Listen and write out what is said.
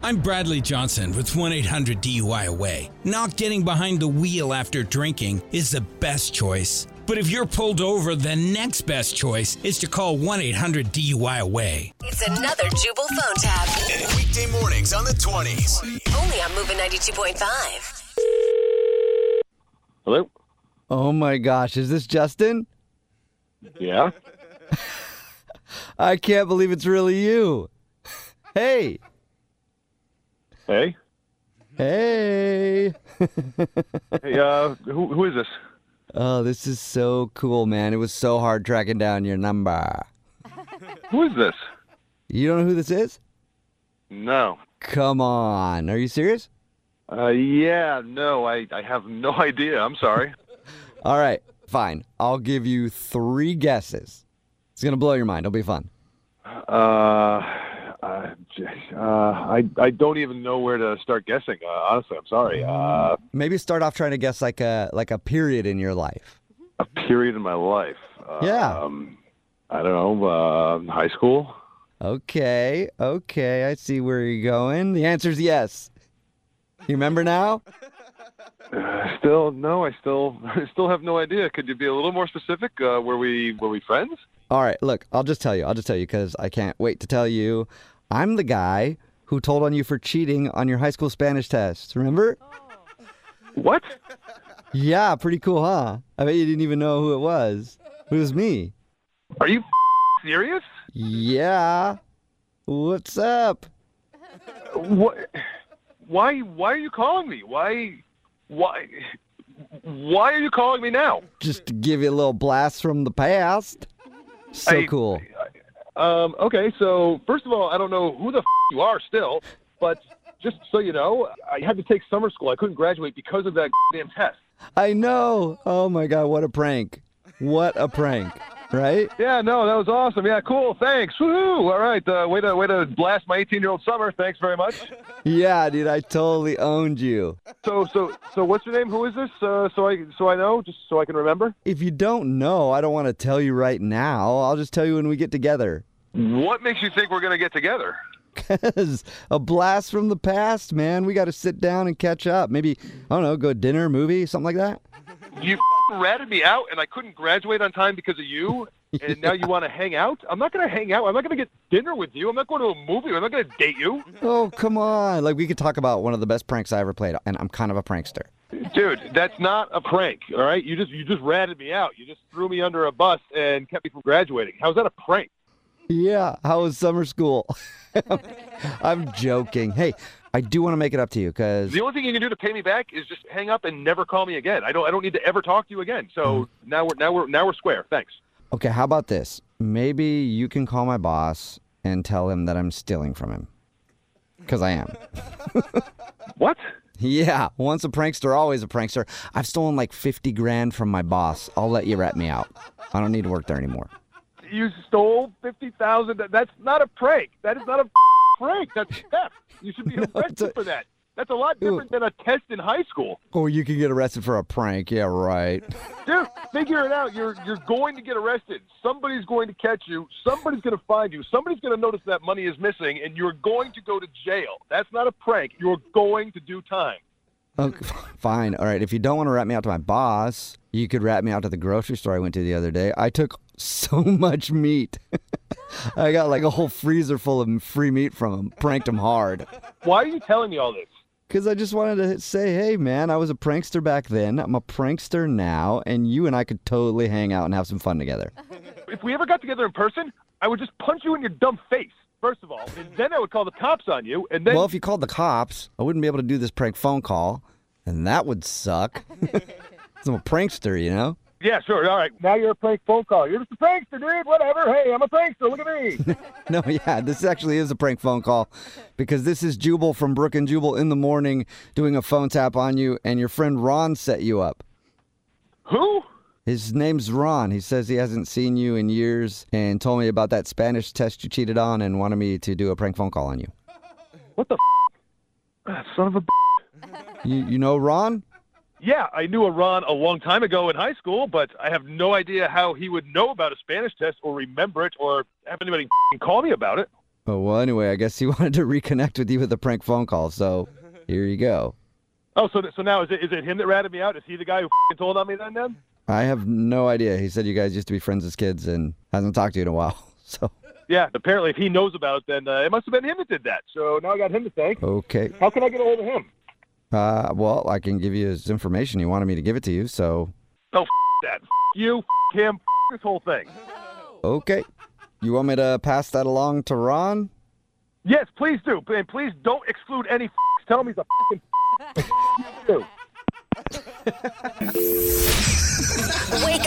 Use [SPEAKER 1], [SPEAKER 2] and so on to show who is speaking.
[SPEAKER 1] I'm Bradley Johnson with 1 800 DUI Away. Not getting behind the wheel after drinking is the best choice. But if you're pulled over, the next best choice is to call 1 800 DUI Away.
[SPEAKER 2] It's another Jubal phone tab.
[SPEAKER 3] Weekday mornings on the 20s.
[SPEAKER 2] Only on Moving 92.5.
[SPEAKER 4] Hello?
[SPEAKER 5] Oh my gosh, is this Justin?
[SPEAKER 4] Yeah?
[SPEAKER 5] I can't believe it's really you. Hey,
[SPEAKER 4] Hey?
[SPEAKER 5] hey.
[SPEAKER 4] Hey, uh, who, who is this?
[SPEAKER 5] Oh, this is so cool, man. It was so hard tracking down your number.
[SPEAKER 4] Who is this?
[SPEAKER 5] You don't know who this is?
[SPEAKER 4] No.
[SPEAKER 5] Come on. Are you serious?
[SPEAKER 4] Uh, yeah, no, I, I have no idea. I'm sorry.
[SPEAKER 5] All right, fine. I'll give you three guesses. It's going to blow your mind. It'll be fun.
[SPEAKER 4] Uh, uh, j- uh, I, I don't even know where to start guessing. Uh, honestly, I'm sorry. Uh,
[SPEAKER 5] Maybe start off trying to guess like a like a period in your life.
[SPEAKER 4] a period in my life. Uh,
[SPEAKER 5] Yeah.
[SPEAKER 4] Um, I don't know, uh, high school?
[SPEAKER 5] Okay, okay. I see where you're going. The answer's yes. You remember now?
[SPEAKER 4] Uh, still, no, I still I still have no idea. Could you be a little more specific? Uh, were we were we friends?
[SPEAKER 5] All right, look, I'll just tell you. I'll just tell you because I can't wait to tell you. I'm the guy who told on you for cheating on your high school Spanish test. Remember?
[SPEAKER 4] What?
[SPEAKER 5] Yeah, pretty cool, huh? I bet you didn't even know who it was. It was me.
[SPEAKER 4] Are you serious?
[SPEAKER 5] Yeah. What's up?
[SPEAKER 4] What? Why? Why are you calling me? Why? Why? Why are you calling me now?
[SPEAKER 5] Just to give you a little blast from the past. So
[SPEAKER 4] I-
[SPEAKER 5] cool.
[SPEAKER 4] Um, okay, so first of all, I don't know who the f- you are still, but just so you know, I had to take summer school. I couldn't graduate because of that damn test.
[SPEAKER 5] I know. Oh my God, what a prank. What a prank, right?
[SPEAKER 4] Yeah, no, that was awesome. Yeah, cool. Thanks. Woohoo! All right, uh, way to way to blast my 18-year-old summer. Thanks very much.
[SPEAKER 5] Yeah, dude, I totally owned you.
[SPEAKER 4] So, so, so, what's your name? Who is this? Uh, so I so I know, just so I can remember.
[SPEAKER 5] If you don't know, I don't want to tell you right now. I'll just tell you when we get together.
[SPEAKER 4] What makes you think we're gonna get together?
[SPEAKER 5] Cause a blast from the past, man. We got to sit down and catch up. Maybe, I don't know, go dinner, movie, something like that.
[SPEAKER 4] You f***ing ratted me out, and I couldn't graduate on time because of you. And now you want to hang out? I'm not going to hang out. I'm not going to get dinner with you. I'm not going to a movie. I'm not going to date you,
[SPEAKER 5] Oh, come on. Like, we could talk about one of the best pranks I ever played, and I'm kind of a prankster.
[SPEAKER 4] dude. That's not a prank. All right, you just you just ratted me out. You just threw me under a bus and kept me from graduating. How's that a prank?
[SPEAKER 5] Yeah, how was summer school? I'm joking. Hey, I do want to make it up to you because
[SPEAKER 4] The only thing you can do to pay me back is just hang up and never call me again. I don't I don't need to ever talk to you again. So now we're now we're now we're square. Thanks.
[SPEAKER 5] Okay, how about this? Maybe you can call my boss and tell him that I'm stealing from him. Because I am.
[SPEAKER 4] What?
[SPEAKER 5] Yeah, once a prankster, always a prankster. I've stolen like 50 grand from my boss. I'll let you rat me out. I don't need to work there anymore.
[SPEAKER 4] You stole fifty thousand. That's not a prank. That is not a prank. That's theft. You should be arrested
[SPEAKER 5] a-
[SPEAKER 4] for that. That's a lot different than a test in high school,
[SPEAKER 5] Or you can get arrested for a prank. Yeah, right.
[SPEAKER 4] dude. Figure it out. You're you're going to get arrested. Somebody's going to catch you. Somebody's going to find you. Somebody's going to notice that money is missing, and you're going to go to jail. That's not a prank. You're going to do time.
[SPEAKER 5] Okay, fine. All right. If you don't want to rat me out to my boss, you could rat me out to the grocery store I went to the other day. I took so much meat. I got like a whole freezer full of free meat from him. Pranked him hard.
[SPEAKER 4] Why are you telling me all this?
[SPEAKER 5] Because I just wanted to say, hey, man, I was a prankster back then. I'm a prankster now. And you and I could totally hang out and have some fun together.
[SPEAKER 4] If we ever got together in person, I would just punch you in your dumb face. First of all, and then I would call the cops on you, and then
[SPEAKER 5] Well, if you called the cops, I wouldn't be able to do this prank phone call. And that would suck. 'Cause I'm a prankster, you know?
[SPEAKER 4] Yeah, sure. All right. Now you're a prank phone call. You're just a prankster, dude. Whatever. Hey, I'm a prankster. Look at me.
[SPEAKER 5] No, yeah, this actually is a prank phone call because this is Jubal from Brook and Jubal in the morning doing a phone tap on you, and your friend Ron set you up.
[SPEAKER 4] Who?
[SPEAKER 5] His name's Ron. He says he hasn't seen you in years and told me about that Spanish test you cheated on and wanted me to do a prank phone call on you.
[SPEAKER 4] What the? F- son of a. B-
[SPEAKER 5] You, you know Ron?
[SPEAKER 4] yeah, I knew a Ron a long time ago in high school, but I have no idea how he would know about a Spanish test or remember it or have anybody f- call me about it.
[SPEAKER 5] Oh, well, anyway, I guess he wanted to reconnect with you with a prank phone call. So here you go.
[SPEAKER 4] Oh, so th- so now is it is it him that ratted me out? Is he the guy who f***ing told on me then? Then
[SPEAKER 5] I have no idea. He said you guys used to be friends as kids and hasn't talked to you in a while. So,
[SPEAKER 4] yeah. Apparently, if he knows about it, then uh, it must have been him that did that. So now I got him to thank.
[SPEAKER 5] okay.
[SPEAKER 4] How can I get a hold of him?
[SPEAKER 5] Uh, well, I can give you his information. He wanted me to give it to you. So,
[SPEAKER 4] No, Oh, f- that. F- you, f- him, f- this whole thing.
[SPEAKER 5] okay. You want me to pass that along to Ron?
[SPEAKER 4] Yes, please do. And please don't exclude any f- tell me he's a f***ing f- too.
[SPEAKER 2] Wake